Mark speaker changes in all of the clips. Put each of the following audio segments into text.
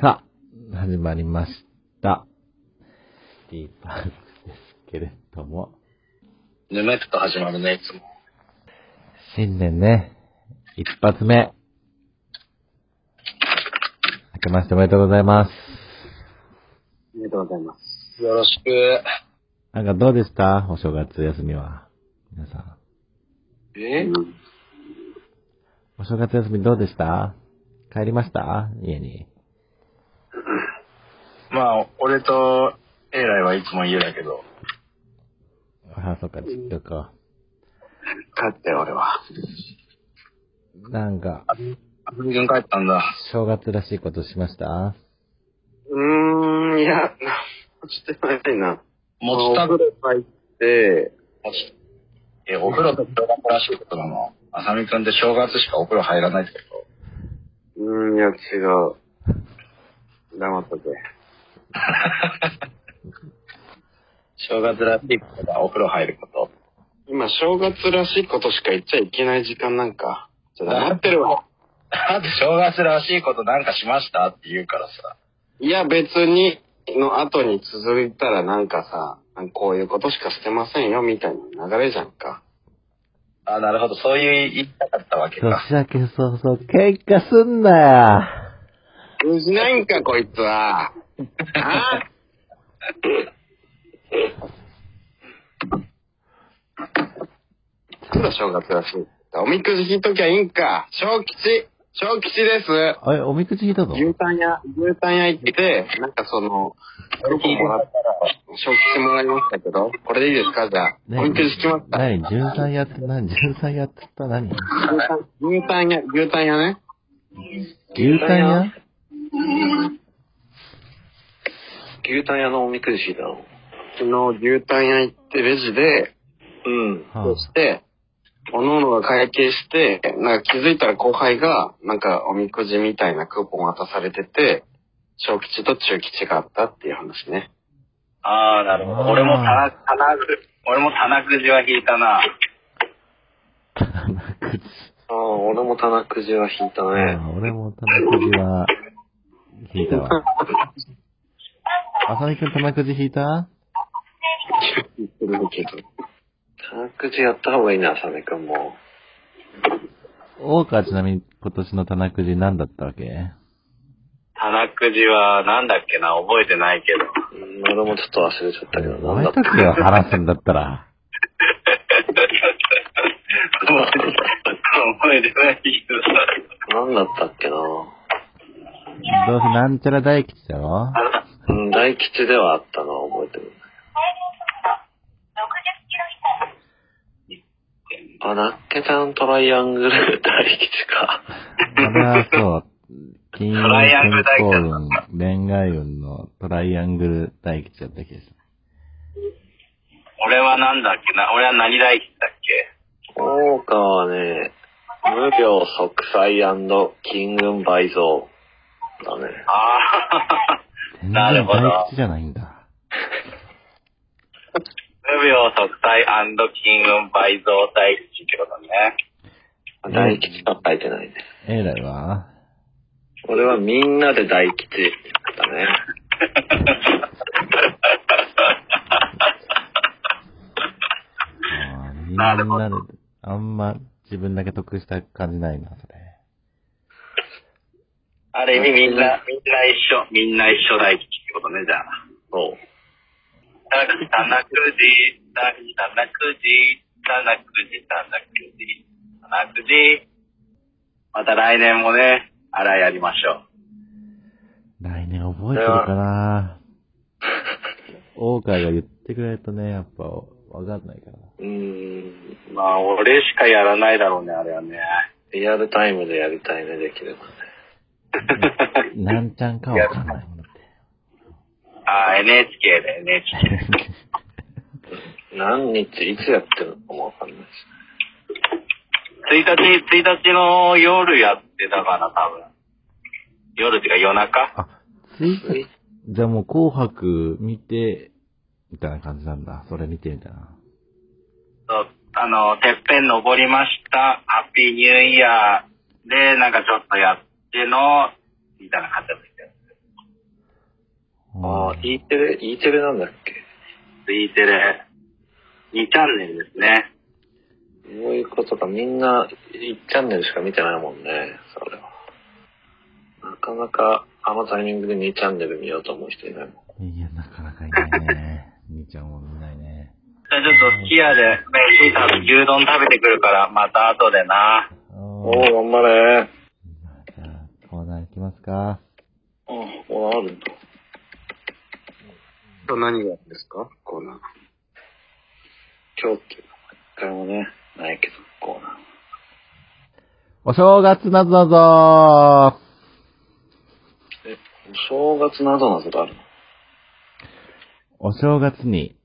Speaker 1: さあ、始まりました。ティーパークですけれども、
Speaker 2: 眠って始まるね、いつも。
Speaker 1: 新年ね、一発目。明けましておめでとうございます。
Speaker 2: ありがとうございます。よろしく。
Speaker 1: なんかどうでしたお正月休みは。皆さん。
Speaker 2: え
Speaker 1: お正月休みどうでした帰りました家に。
Speaker 2: まあ、俺と、エイライはいつも家だけど。
Speaker 1: あ、そっか、実家か。
Speaker 2: 帰ったよ、俺は。
Speaker 1: なんか、
Speaker 2: あふみくん帰ったんだ。
Speaker 1: 正月らしいことしました
Speaker 3: うーん、いや、してないな。
Speaker 2: 持ちた
Speaker 3: お
Speaker 2: く
Speaker 3: 風呂入って、
Speaker 2: え、お風呂と正月らしいことなの。あさみくんって正月しかお風呂入らないってこ
Speaker 3: うーん、いや、違う。黙っとけ。
Speaker 2: と正月らしいことがお風呂入ること。
Speaker 3: 今、正月らしいことしか言っちゃいけない時間なんか。ちょ、黙ってるわ。
Speaker 2: だって正月らしいことなんかしましたって言うからさ。
Speaker 3: いや、別に、の後に続いたらなんかさ、こういうことしかしてませんよ、みたいな流れじゃんか。
Speaker 2: あ、なるほど。そういう言いたかったわけ
Speaker 1: 年
Speaker 2: か。
Speaker 1: 明け早々、喧嘩すんなよ
Speaker 3: 通じないんか、こいつは。あなんだ正月らしい。おみくじ引いときゃいいんか。小吉、小吉です。
Speaker 1: あれ、おみくじ引いたの
Speaker 3: 牛タン屋、牛タン屋行って、なんかその、小吉もらったら、小吉もらいましたけど、これでいいですかじゃあ、おみくじ引きました。
Speaker 1: 何十三やって、何十三やってた何
Speaker 3: 牛タン、牛タン屋、牛タン屋ね。
Speaker 1: 牛タン屋
Speaker 2: 牛タン屋のおみくじだろ。
Speaker 3: 昨日牛タン屋行ってレジで、
Speaker 2: うん。
Speaker 1: は
Speaker 3: そして、おののが会計して、なんか気づいたら後輩が、なんかおみくじみたいなクーポン渡されてて、小吉と中吉があったっていう話ね。
Speaker 2: ああ、なるほ
Speaker 1: あ
Speaker 2: ど。
Speaker 1: ー
Speaker 2: 俺も棚、棚く、俺も棚くじは引いたな。
Speaker 1: あ、棚くじ。
Speaker 3: ああ、俺も棚くじは引いた
Speaker 1: あ。あ俺も棚くじは、引いたわ。あさみくん棚くじ引いた
Speaker 3: 言ってるけど。
Speaker 4: タンクジやった方がいいな、サメ君も。
Speaker 1: 大川ちなみに今年の棚くじ何だったわけ
Speaker 2: 棚くじは、なんだっけな、覚えてないけど。
Speaker 4: うん俺もちょっと忘れちゃったけど、
Speaker 1: お
Speaker 4: なん
Speaker 1: め
Speaker 4: だっ
Speaker 1: と
Speaker 4: た
Speaker 1: くよ、話すんだったら。
Speaker 2: 覚えてないけど。
Speaker 4: なんだったっけな。
Speaker 1: どうせなんちゃら大吉だろ
Speaker 4: うん、大吉ではあったのは覚えてる。あ、ナッケちゃんトライアングル 大吉か。
Speaker 1: あれはそう、金
Speaker 2: トライアング
Speaker 1: 運、
Speaker 2: ル大吉
Speaker 1: 健康運、恋愛運のトライアングル大吉だった気がする。
Speaker 2: 俺はなんだっけな、俺は何大吉だっけ
Speaker 4: 大川はね、無病息災金運倍増だね。
Speaker 2: ああ、
Speaker 1: 全然
Speaker 2: なるほど
Speaker 1: 大吉じゃないんだ。
Speaker 2: 無病息災金運倍増大吉ってことね。
Speaker 4: 大吉しか書いてないね。
Speaker 1: えらいわ。
Speaker 4: 俺はみんなで大吉だ ね。
Speaker 1: あーみん
Speaker 2: な
Speaker 1: な
Speaker 2: るほ
Speaker 1: で、あんま自分だけ得した感じないな、それ。
Speaker 2: ある意味みんな、みんな一緒、みんな一緒大吉ってことね、じゃあ。
Speaker 4: そう。
Speaker 2: たなくじ、たなくじ、たなくじ、たなくじ、たなくじ、たなくじ。また来年もね、あらやりましょう。
Speaker 1: 来年覚えてるかな 大川が言ってくれるとね、やっぱ、わかんないから。
Speaker 4: うーん。
Speaker 2: まあ、俺しかやらないだろうね、あれはね。
Speaker 4: リアルタイムでやりたいね、できればね。
Speaker 1: なんちゃんかわかんないもんだって。
Speaker 2: あ、NHK で、NHK。
Speaker 4: 何日、いつやってるのかもわかんないし。
Speaker 2: 1日、1日の夜やってたかな、多分。夜っていうか夜中
Speaker 1: あ、ツイッじゃあもう紅白見て、みたいな感じなんだ。それ見てみたいな。
Speaker 2: そうあの、てっぺん登りました、ハッピーニューイヤーで、なんかちょっとやっての、みたいな感じだったんですよ。
Speaker 4: あ、E テレ、E テレなんだっけ
Speaker 2: E テレ、2チャンネルですね。
Speaker 4: そういうことか、みんな1チャンネルしか見てないもんね、それは。なかなか、あのタイミングで2チャンネル見ようと思う人いないもん。
Speaker 1: いや、なかなかいないね。兄ちゃんも見ないね。
Speaker 2: じゃあちょっと、すき家で、ね、シーさん牛丼食べてくるから、また後でな。
Speaker 1: お
Speaker 4: お
Speaker 1: ー。
Speaker 4: ー、頑張れ
Speaker 1: じゃあ、コーナー行きますか。
Speaker 4: あ、もうあるんだ。
Speaker 3: 今日何があるんですかコーナー。
Speaker 4: 今日っていうのは一回もね、ないけど、コーナー。
Speaker 1: お正月なぞなぞ
Speaker 4: え、お正月などなどあるの
Speaker 1: お正月に、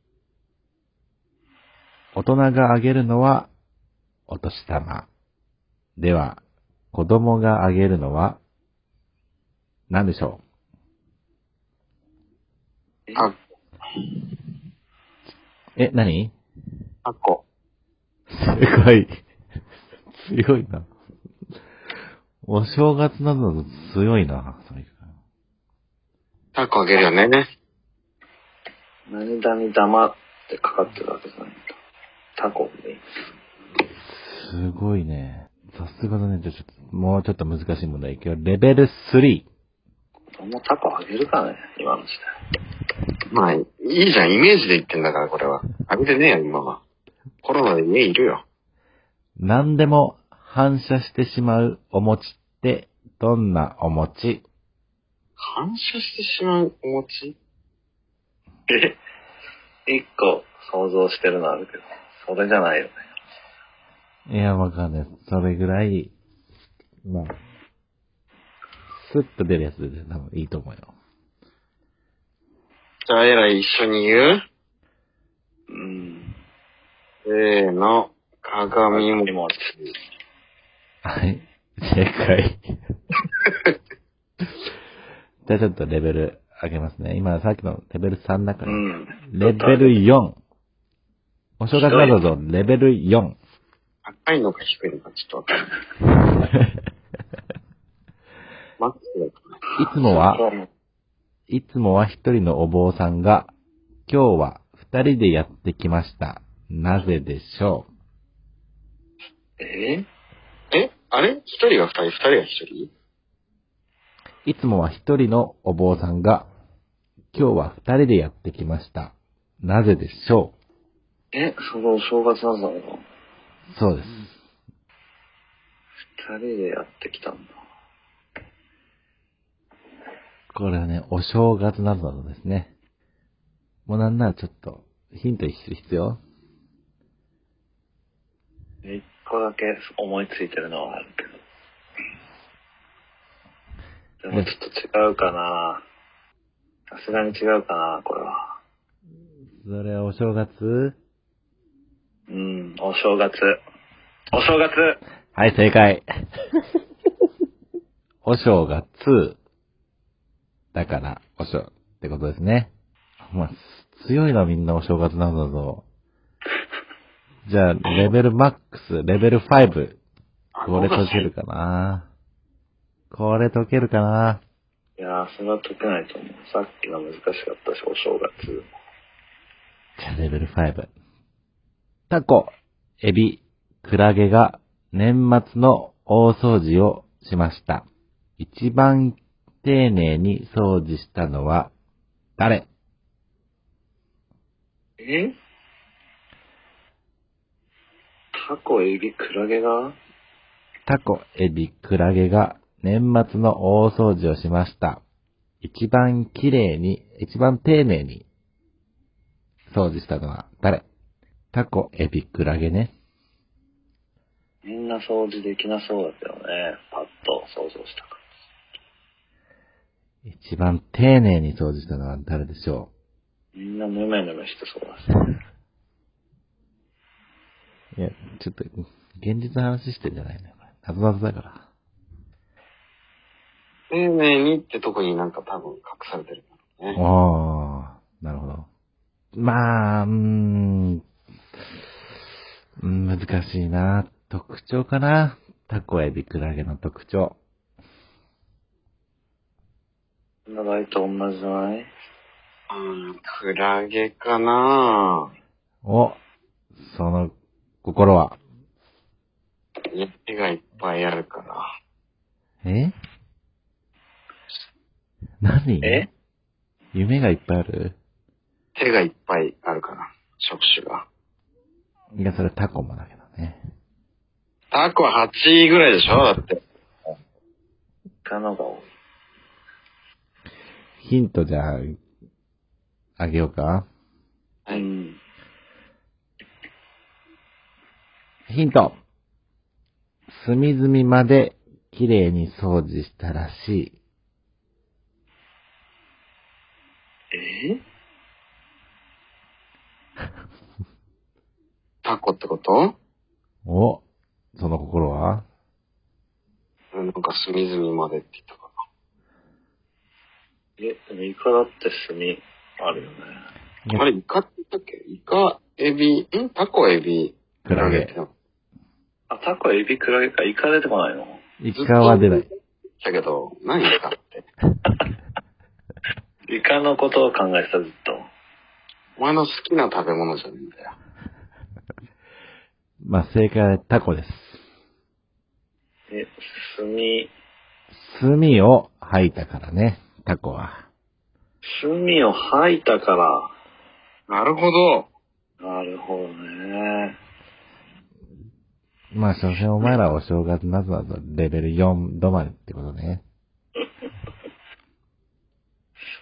Speaker 1: 大人があげるのは、お年玉。では、子供があげるのは、何でしょ
Speaker 3: あ、
Speaker 1: うえ、何
Speaker 3: あっこ。
Speaker 1: すごい。強いな。お正月など強いな、それ
Speaker 3: タコあげるよね。
Speaker 4: 何々に黙ってかかってるわけじゃないんだ。タコに。
Speaker 1: すごいね。さすがだね。じゃあちょっと、もうちょっと難しい問題いくよ。レベル3。
Speaker 4: 子供タコあげるかね今の時
Speaker 3: まあ、いいじゃん。イメージで言ってんだから、これは。あげてねえよ、今は。コロナで家いるよ。
Speaker 1: 何でも反射してしまうお餅って、どんなお餅
Speaker 3: 反射してしまうお餅
Speaker 4: 代。え、一個想像してるのあるけど、それじゃないよね。
Speaker 1: いや、わかんない。それぐらい、まあ、スッと出るやつで多分いいと思うよ。
Speaker 3: じゃあ、えらい一緒に言う
Speaker 4: うん。
Speaker 3: せーの。鏡餅。
Speaker 4: もち。
Speaker 1: はい。正解。 じゃあちょっとレベル上げますね。今さっきのレベル3の中
Speaker 4: う
Speaker 1: に、
Speaker 4: ん。
Speaker 1: レベル4。お正月などぞ、レベル4。
Speaker 3: 高いのか低いのかちょっとわかんない。マックスだかない
Speaker 1: つもは、いつもは一人のお坊さんが、今日は二人でやってきました。なぜでしょ
Speaker 4: え
Speaker 3: えあれ一人が二人、二人が一
Speaker 1: う
Speaker 3: 人
Speaker 1: いつもは一人のお坊さんが、今日は二人でやってきました。なぜでしょ
Speaker 4: え、そのお正月なんだろ
Speaker 1: うそうです。
Speaker 4: 二人でやってきたんだ。
Speaker 1: これはね、お正月などなどですね。もうなんならちょっと、ヒント必要
Speaker 4: 一個だけ思いついてるのはあるけど。でもちょっと違うかなさすがに違うかなこれは。
Speaker 1: それはお正月
Speaker 4: うん、お正月。お正月
Speaker 1: はい、正解。お正月。だから、お正、ってことですね。まあ、強いな、みんなお正月なんだぞ。じゃあ、レベルマックス、レベル5。これ解けるかなこれ解けるかない
Speaker 4: やー、それは解けないと思う。さっきの難しかったし、お正月。
Speaker 1: じゃあ、レベル5。タコ、エビ、クラゲが年末の大掃除をしました。一番丁寧に掃除したのは誰
Speaker 4: えタコ、エビ、クラゲが
Speaker 1: タコ、エビ、クラゲが年末の大掃除をしました。一番綺麗に、一番丁寧に掃除したのは誰タコ、エビ、クラゲね。
Speaker 4: みんな掃除できなそうだけどね。パッと想像したか
Speaker 1: 一番丁寧に掃除したのは誰でしょう
Speaker 4: ら。みんなヌメヌメしてそうだし。
Speaker 1: いや、ちょっと、現実の話してんじゃないのよ、これ。謎々だから。
Speaker 3: 丁寧にってとこになんか多分隠されてるからね。
Speaker 1: おー、なるほど。まあ、うーん、うん難しいな。特徴かな。タコエビクラゲの特徴。
Speaker 4: みんな大体同じじゃない
Speaker 3: うん、クラゲかな
Speaker 1: お、その心は。
Speaker 3: 家がいっぱいあるから。
Speaker 1: え何
Speaker 4: え
Speaker 1: 夢がいっぱいある
Speaker 3: 手がいっぱいあるから、触手が。
Speaker 1: いや、それタコもだけどね。
Speaker 3: タコは8位ぐらいでしょだって。
Speaker 4: 他のが多い。
Speaker 1: ヒントじゃあ、あげようか
Speaker 3: はい
Speaker 4: うん。
Speaker 1: ヒント隅々まで綺麗に掃除したらしい。
Speaker 4: え
Speaker 3: タコってこと
Speaker 1: お、その心は
Speaker 3: うんなんか隅々までって言ったか
Speaker 4: え、でもイカだって墨あるよね。
Speaker 1: いや
Speaker 3: な。あれ、イカって言ったっけイカ、エビ、んタコ、エビ、
Speaker 1: クラゲ
Speaker 3: ク。ラ
Speaker 4: あ、タコ、エビ、クラゲか。イカ出てこないの
Speaker 1: イカは出ない。
Speaker 3: だけど、何イカって。
Speaker 4: イカのことを考えてた、ずっと。
Speaker 3: お前の好きな食べ物じゃねえんだよ。
Speaker 1: まあ、正解はタコです。
Speaker 4: え、墨、
Speaker 1: 墨を吐いたからね、タコは。
Speaker 4: 墨を吐いたから。
Speaker 3: なるほど。
Speaker 4: なるほどね。
Speaker 1: まあ、所詮お前らお正月なぞなぞレベル4止まりってことね。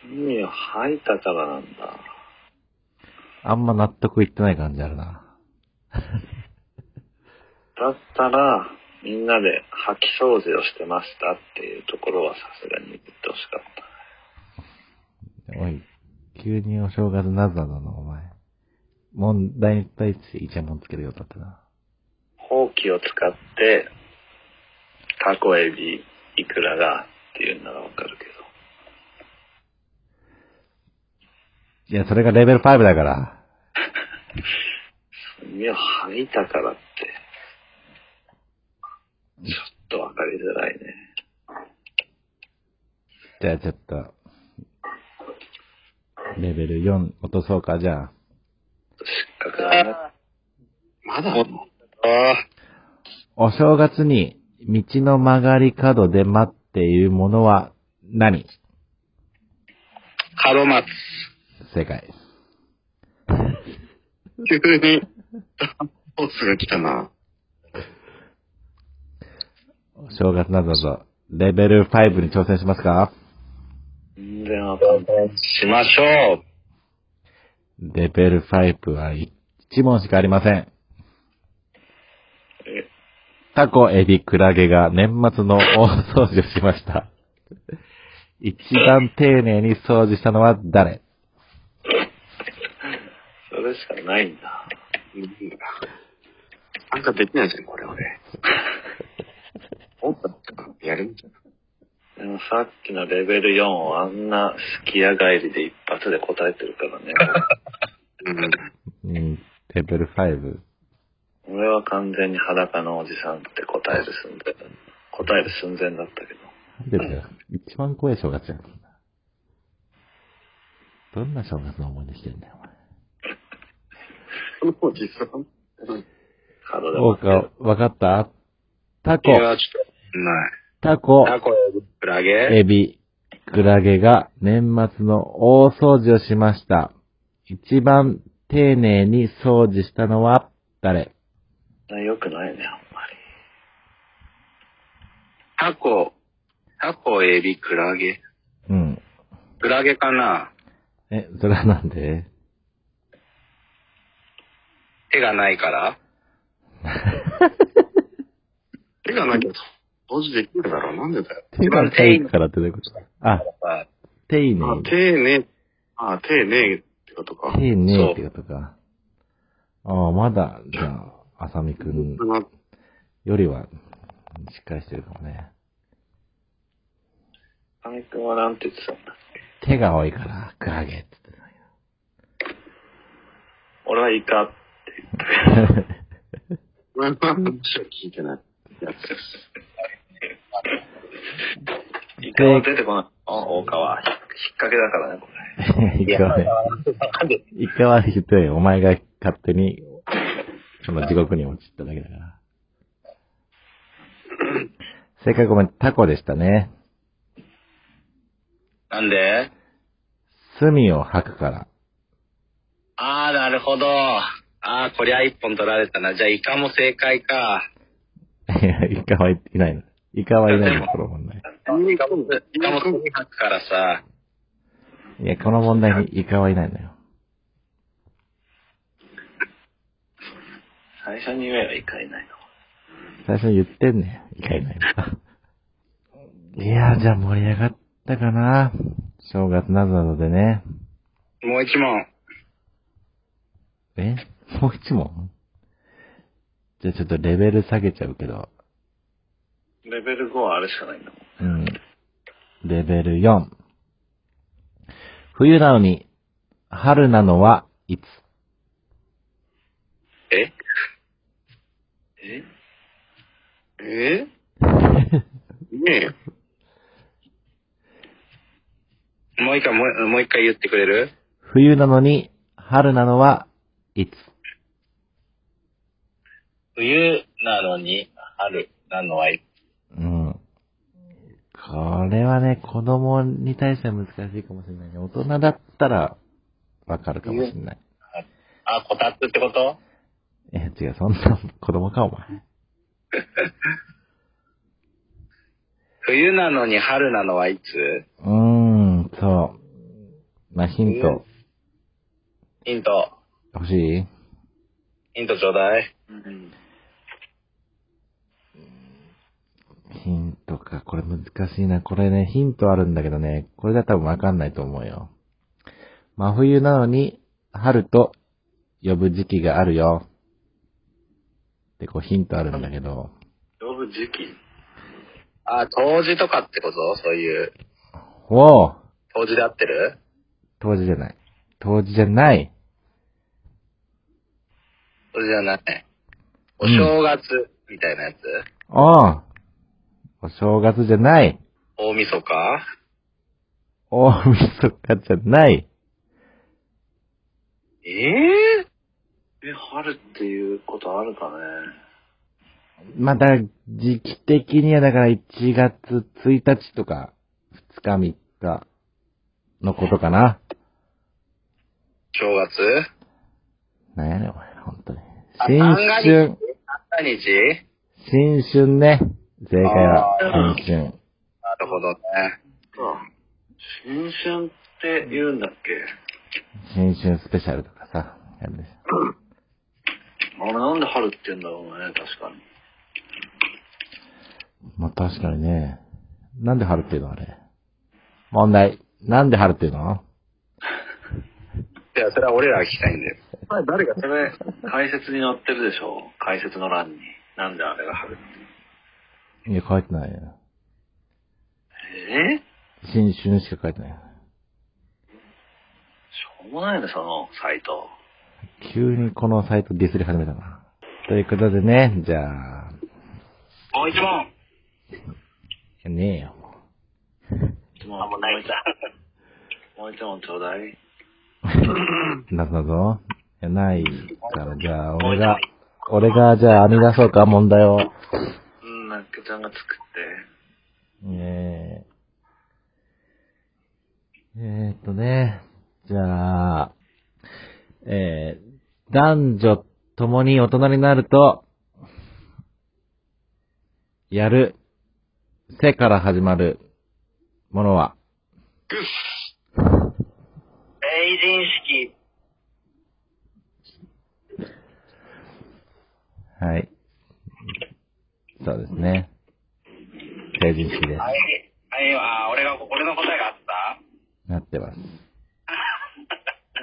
Speaker 4: 墨を吐いたからなんだ。
Speaker 1: あんま納得いってない感じあるな。
Speaker 4: だったら、みんなで吐き掃除をしてましたっていうところはさすがに言ってほしかった。
Speaker 1: おい、急にお正月なぞなぞのお前。問題に対してイチャモンつけるようだったな。
Speaker 4: ほうきを使って、タコ、エビ、イクラがっていうならわかるけど。
Speaker 1: いや、それがレベル5だから。
Speaker 4: 墨を吐いたからって、ちょっとわかりづらいね。
Speaker 1: じゃあちょっと、レベル4落とそうか、じゃあ。
Speaker 4: 失格だね。
Speaker 3: まだあんの
Speaker 1: お正月に道の曲がり角で待っているものは何
Speaker 3: カロマツ。
Speaker 1: 正解。
Speaker 3: 急に、ポーツが来たな。
Speaker 1: お正月などぞ、レベル5に挑戦しますか
Speaker 4: 全然わかんない。
Speaker 3: しましょう。
Speaker 1: レベル5は1問しかありません。
Speaker 4: え
Speaker 1: タコ、エビ、クラゲが年末の大掃除をしました。一番丁寧に掃除したのは誰
Speaker 4: それしかないんだ。
Speaker 3: なんかできないじゃん、これ 俺。おっやるんじゃん。
Speaker 4: でもさっきのレベル4をあんなすき家帰りで一発で答えてるからね。
Speaker 3: うん。
Speaker 1: うん、レベル5。
Speaker 4: 俺は完全に裸のおじさんって答える寸前。答える寸前だったけど。
Speaker 1: なんでだよ。一番怖い正月やん。どんな正月の思い出してんだよ、お前。
Speaker 3: そのおじさん。うん。
Speaker 4: カードで
Speaker 1: そう
Speaker 4: も。
Speaker 1: か、わかったタ
Speaker 3: い
Speaker 1: コ、
Speaker 3: や、ちょっと、ない。
Speaker 1: タコ、
Speaker 3: タコ、クラゲ、
Speaker 1: エビ、クラゲが年末の大掃除をしました。一番丁寧に掃除したのは誰
Speaker 4: よくないね、あんまり。
Speaker 3: タコ、タコ、エビ、クラゲ。
Speaker 1: うん。
Speaker 3: クラゲかな
Speaker 1: え、それはなんで
Speaker 3: 手がないから手がないけど、掃除できるだろう。なんでだよ。
Speaker 1: 手がないからってどういうことあ、丁
Speaker 3: あ
Speaker 1: 寧、。
Speaker 3: 丁寧、あ、丁寧ってことか。
Speaker 1: 丁寧ってことか。ああ、まだ、じゃあ、あさみくん
Speaker 3: あの
Speaker 1: よりは、しっかりしてるかもね。
Speaker 4: アミ君はなんて言ってたんだ
Speaker 1: 手が多いから、クラゲって言ってたんよ
Speaker 4: 俺はイカ。
Speaker 3: 俺の話は聞いてない。やつ
Speaker 4: イカは出てこない。あ、大川。引っ掛けだからね、これ。
Speaker 1: 一回はね、
Speaker 4: なんで、
Speaker 1: 一回は言ったように、お前が勝手に、その地獄に落ちただけだから。正解ごめん、タコでしたね。
Speaker 2: なんで
Speaker 1: 墨を吐くから。
Speaker 2: あー、なるほど。あー、こりゃ一本取られたな。じゃあ、イカも正解か。
Speaker 1: いや、イカはいないの。イカはいないの、この問題。
Speaker 2: イカも、イカも墨吐くからさ。
Speaker 1: いや、この問題にイカはいないのよ。
Speaker 4: 最初に言えばいかいないの。
Speaker 1: 最初に言ってんねん。イカいない の。いや、じゃあ盛り上がったかな。正月などなどでね。
Speaker 2: もう一問。
Speaker 1: え もう一問じゃあちょっとレベル下げちゃうけど。
Speaker 4: レベル5はあれしかないんだもん。
Speaker 1: うん。レベル4。冬なのに、春なのはいつ
Speaker 2: え
Speaker 4: え
Speaker 3: えね
Speaker 2: もう一回、もうもう一回言ってくれる
Speaker 1: 冬なのに、春なのはいつ
Speaker 2: 冬なのに春なのはい
Speaker 1: うん。これはね、子供に対しては難しいかもしれないね。大人だったら、わかるかもしれない。
Speaker 2: あ、こたつってこと
Speaker 1: え、違う、そんな子供か、お前。
Speaker 2: 冬なのに春なのはいつ
Speaker 1: うーん、そう。まあ、ヒント、
Speaker 2: ヒント。
Speaker 1: 欲しい
Speaker 2: ヒントちょうだい。
Speaker 4: え。うん。
Speaker 1: ヒントか、これ難しいな。これね、ヒントあるんだけどね、これが多分わかんないと思うよ。真冬なのに、春と呼ぶ時期があるよ。ってこうヒントあるんだけど、
Speaker 4: 呼ぶ時期
Speaker 2: あ、冬至とかってことそういう。
Speaker 1: おぉ
Speaker 2: 冬至で合ってる
Speaker 1: 当時じゃない。当時じゃない
Speaker 2: 冬至じゃない。お
Speaker 1: うん
Speaker 2: 正月みたいなやつ、
Speaker 1: おうお正月じゃない
Speaker 2: 大晦日
Speaker 1: 大晦日じゃない
Speaker 2: ええ
Speaker 4: え、春っていうことあるかね
Speaker 1: まあだ、時期的にはだから1月1日とか2日3日のことかな。
Speaker 2: 正月
Speaker 1: なんやねん、お前、ほんとに。
Speaker 2: あ
Speaker 1: 新春、
Speaker 2: 何日
Speaker 1: 新春ね。正解は
Speaker 2: あ、
Speaker 1: 新春。
Speaker 2: なるほどね。
Speaker 4: か。新春って言うんだっけ
Speaker 1: 新春スペシャルとかさ、やるでし
Speaker 4: あれなんで春って言うんだろうね、確かに。
Speaker 1: ょ。まあ確かにね。なんで春っていうのあれ。問題。なんで春っていうの
Speaker 2: じゃあ、それは俺らが聞きたいんだよ。
Speaker 4: あれ誰がそれ、解説に載ってるでしょ解説の欄に。なんであれが春って。
Speaker 1: いや、書いてないよ。
Speaker 4: え
Speaker 1: 新春しか書いてないよ。
Speaker 4: しょうもないね、そのサイト。
Speaker 1: 急にこのサイトディスり始めたな。ということでね、じゃあ、
Speaker 2: もう一問。
Speaker 1: ねえよ。も
Speaker 4: もう、もう泣いた。 もう一問ちょうだい。
Speaker 1: うなぞなぞ。いや、ないから、じゃあ、俺が、俺が、じゃあ、編み出そうか、問題を。
Speaker 4: うん、なっけちゃんが作って。
Speaker 1: えー、えーっとね、じゃあ、えー、男女ともに大人になると、やる、せから始まるものは、
Speaker 2: 成人式。
Speaker 1: はい。そうですね。成人式です。
Speaker 2: はい。はい、あ、俺が、俺の答えがあった
Speaker 1: なってます。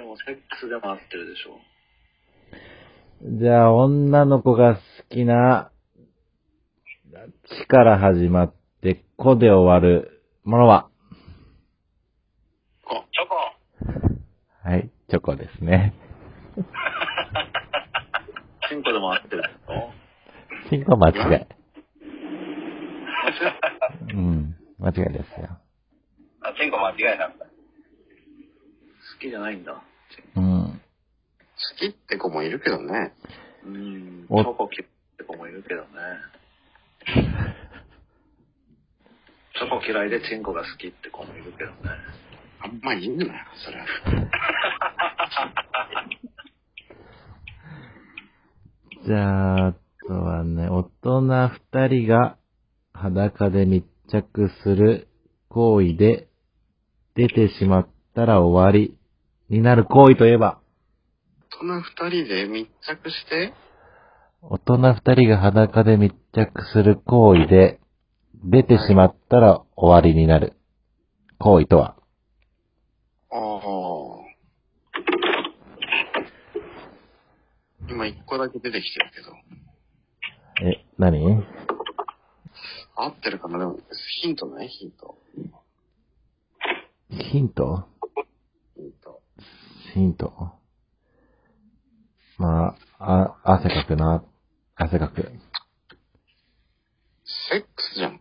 Speaker 4: でも、セックスでも合ってるでしょ
Speaker 1: じゃあ、女の子が好きな、ちから始まって、こで終わるものは、
Speaker 2: こチョコ。
Speaker 1: はい、チョコですね。
Speaker 4: チンコでも合ってるでし ょ
Speaker 1: チンコ間違い。うん、間違いですよ。
Speaker 2: あ、チンコ間違いなかった。きじゃないんだ。
Speaker 1: うん。
Speaker 3: 好きって子もいるけどね。
Speaker 2: うん。チ
Speaker 1: お
Speaker 2: ョコキって子もいるけどね。チョコ嫌いでチンコが好きって子もいるけどね。
Speaker 3: あんま言うなよ、それは。
Speaker 1: じゃあ、あとはね、大人二人が裸で密着する行為で出てしまったら終わりになる行為といえば、
Speaker 3: 大人二人で密着して、
Speaker 1: 大人二人が裸で密着する行為で出てしまったら終わりになる行為とは、
Speaker 3: ああ。今一個だけ出てきてるけど。
Speaker 1: え、何
Speaker 3: 合ってるかなでも、ヒントないヒント。
Speaker 1: ヒント
Speaker 3: ヒント。
Speaker 1: ヒント。まあ、あ、汗かくな。汗かく。
Speaker 3: セックスじゃん。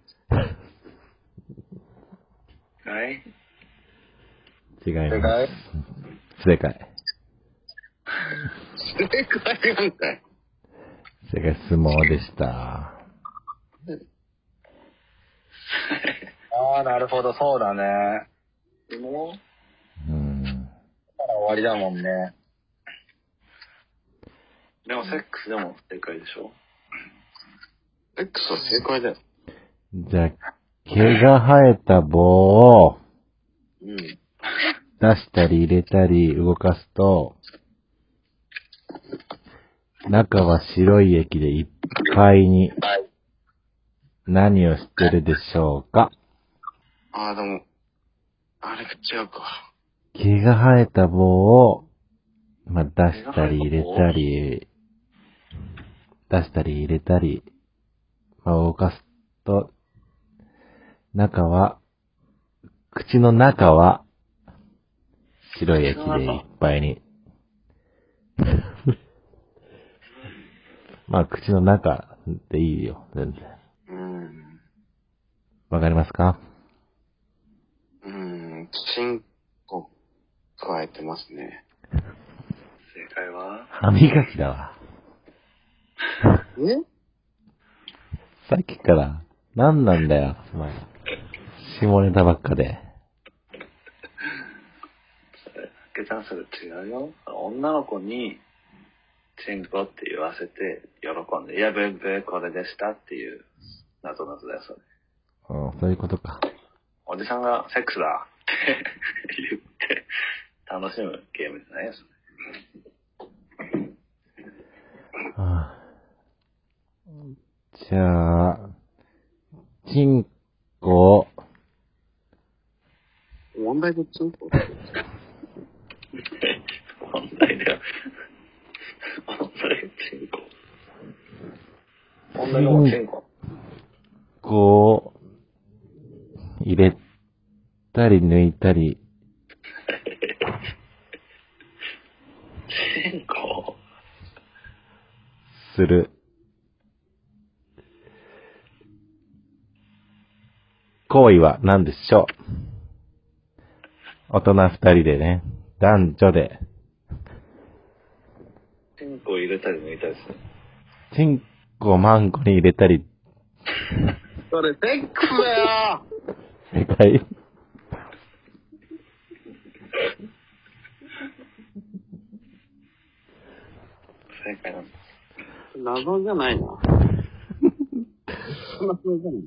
Speaker 2: はい
Speaker 1: 違います。正解。
Speaker 3: 正解なんかい。
Speaker 1: 正解、相撲でした。
Speaker 5: ああ、なるほど、そうだね。
Speaker 2: でも、
Speaker 1: うん。
Speaker 5: だから終わりだもんね。
Speaker 2: でもセックスでも正解でしょ
Speaker 3: セックスは正解だよ。
Speaker 1: じゃあ、毛が生えた棒を
Speaker 3: うん。
Speaker 1: 出したり入れたり動かすと、中は白い液でいっぱいに、何をしてるでしょうか
Speaker 3: ああ、でも、あれが違うか。
Speaker 1: 毛が生えた棒を、まあ、出したり入れたり、出したり入れたり、まあ、動かすと、中は、口の中は、白い液でいっぱいに。まあ、口の中でいいよ、全然。
Speaker 3: うん。
Speaker 1: わかりますか
Speaker 3: うん。チンコ、加えてますね。
Speaker 2: 正解は
Speaker 1: 歯磨きだわ。
Speaker 3: え
Speaker 1: さっきから、何なんだよ、お前。下ネタばっかで。
Speaker 2: 下手する違うよ。女の子に、チンコって言わせて、喜んで、いや、ブンブン、これでしたっていう、なぞなぞだよ、それ。
Speaker 1: うん、そういうことか。
Speaker 2: おじさんがセックスだって言って、楽しむゲームじゃないよ、それ。
Speaker 1: はあじゃあ、チンコを、
Speaker 3: 問題のチンコ
Speaker 2: 問題だよ。問題、チンコ。
Speaker 4: 女の子チンコ。
Speaker 1: こう、入れたり抜いた り、
Speaker 2: チンコ
Speaker 1: する。行為は何でしょう大人二人でね、男女で、
Speaker 2: チンコ入れたり抜いたりする。
Speaker 1: チンコをマンコに入れたり、
Speaker 3: それ、セックスだよ
Speaker 1: 正解。
Speaker 2: 正解なんだ。
Speaker 3: 謎じゃ ないな。謎じゃない。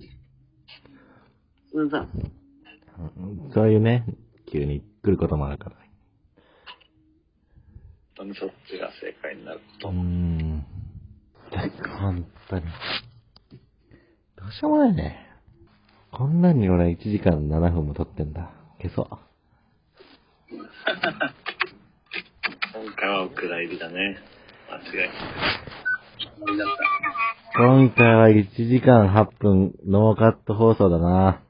Speaker 3: 普通だ。
Speaker 1: そういうね、急に来ることもあるから。
Speaker 2: 本当にそっちが正解になること
Speaker 1: う
Speaker 2: も。
Speaker 1: ん。本当に。どうしようもないね。こんなに俺1時間7分も撮ってんだ。消そう。
Speaker 2: 今回はお蔵入りだね。間違いない。
Speaker 1: 今回は1時間8分ノーカット放送だな。